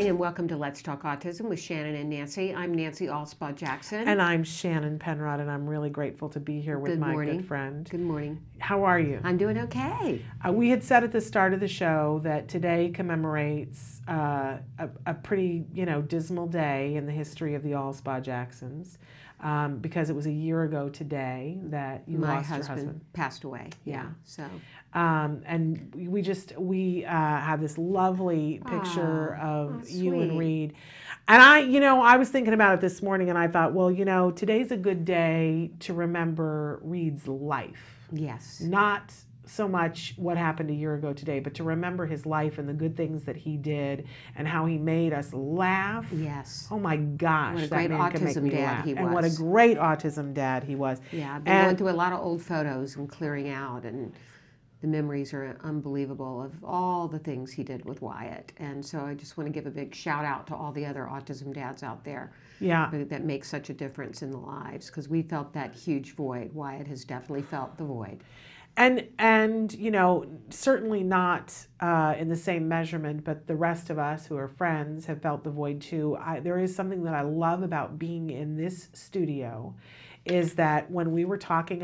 and welcome to Let's Talk Autism with Shannon and Nancy. I'm Nancy Allspot Jackson. And I'm Shannon Penrod, and I'm really grateful to be here with Good my morning. good friend. Good morning. How are you? I'm doing okay. Uh, we had said at the start of the show that today commemorates uh, a, a pretty, you know, dismal day in the history of the All Spa Jacksons, um, because it was a year ago today that you my lost husband, your husband. passed away. Yeah. So Um, and we- we just we uh, have this lovely picture of aw, you sweet. and Reed. And I, you know, I was thinking about it this morning, and I thought, well, you know, today's a good day to remember Reed's life yes. not so much what happened a year ago today, but to remember his life and the good things that he did and how he made us laugh. Yes. Oh my gosh, What a that great man can make autism me dad laugh. he And what a was. great autism dad he was. Yeah. I've been going And- through a lot of old photos and clearing out and the memories are unbelievable of all the things he did with Wyatt. And so I just want to give a big shout out to all the other autism dads out there Yeah. that make such a difference in the lives because we felt that huge void. Wyatt has definitely felt the void. And and you know, certainly not uh, in the same measurement, but the rest of us who are friends have felt the void too. I, there is something that I love about being in this studio is that when we were talking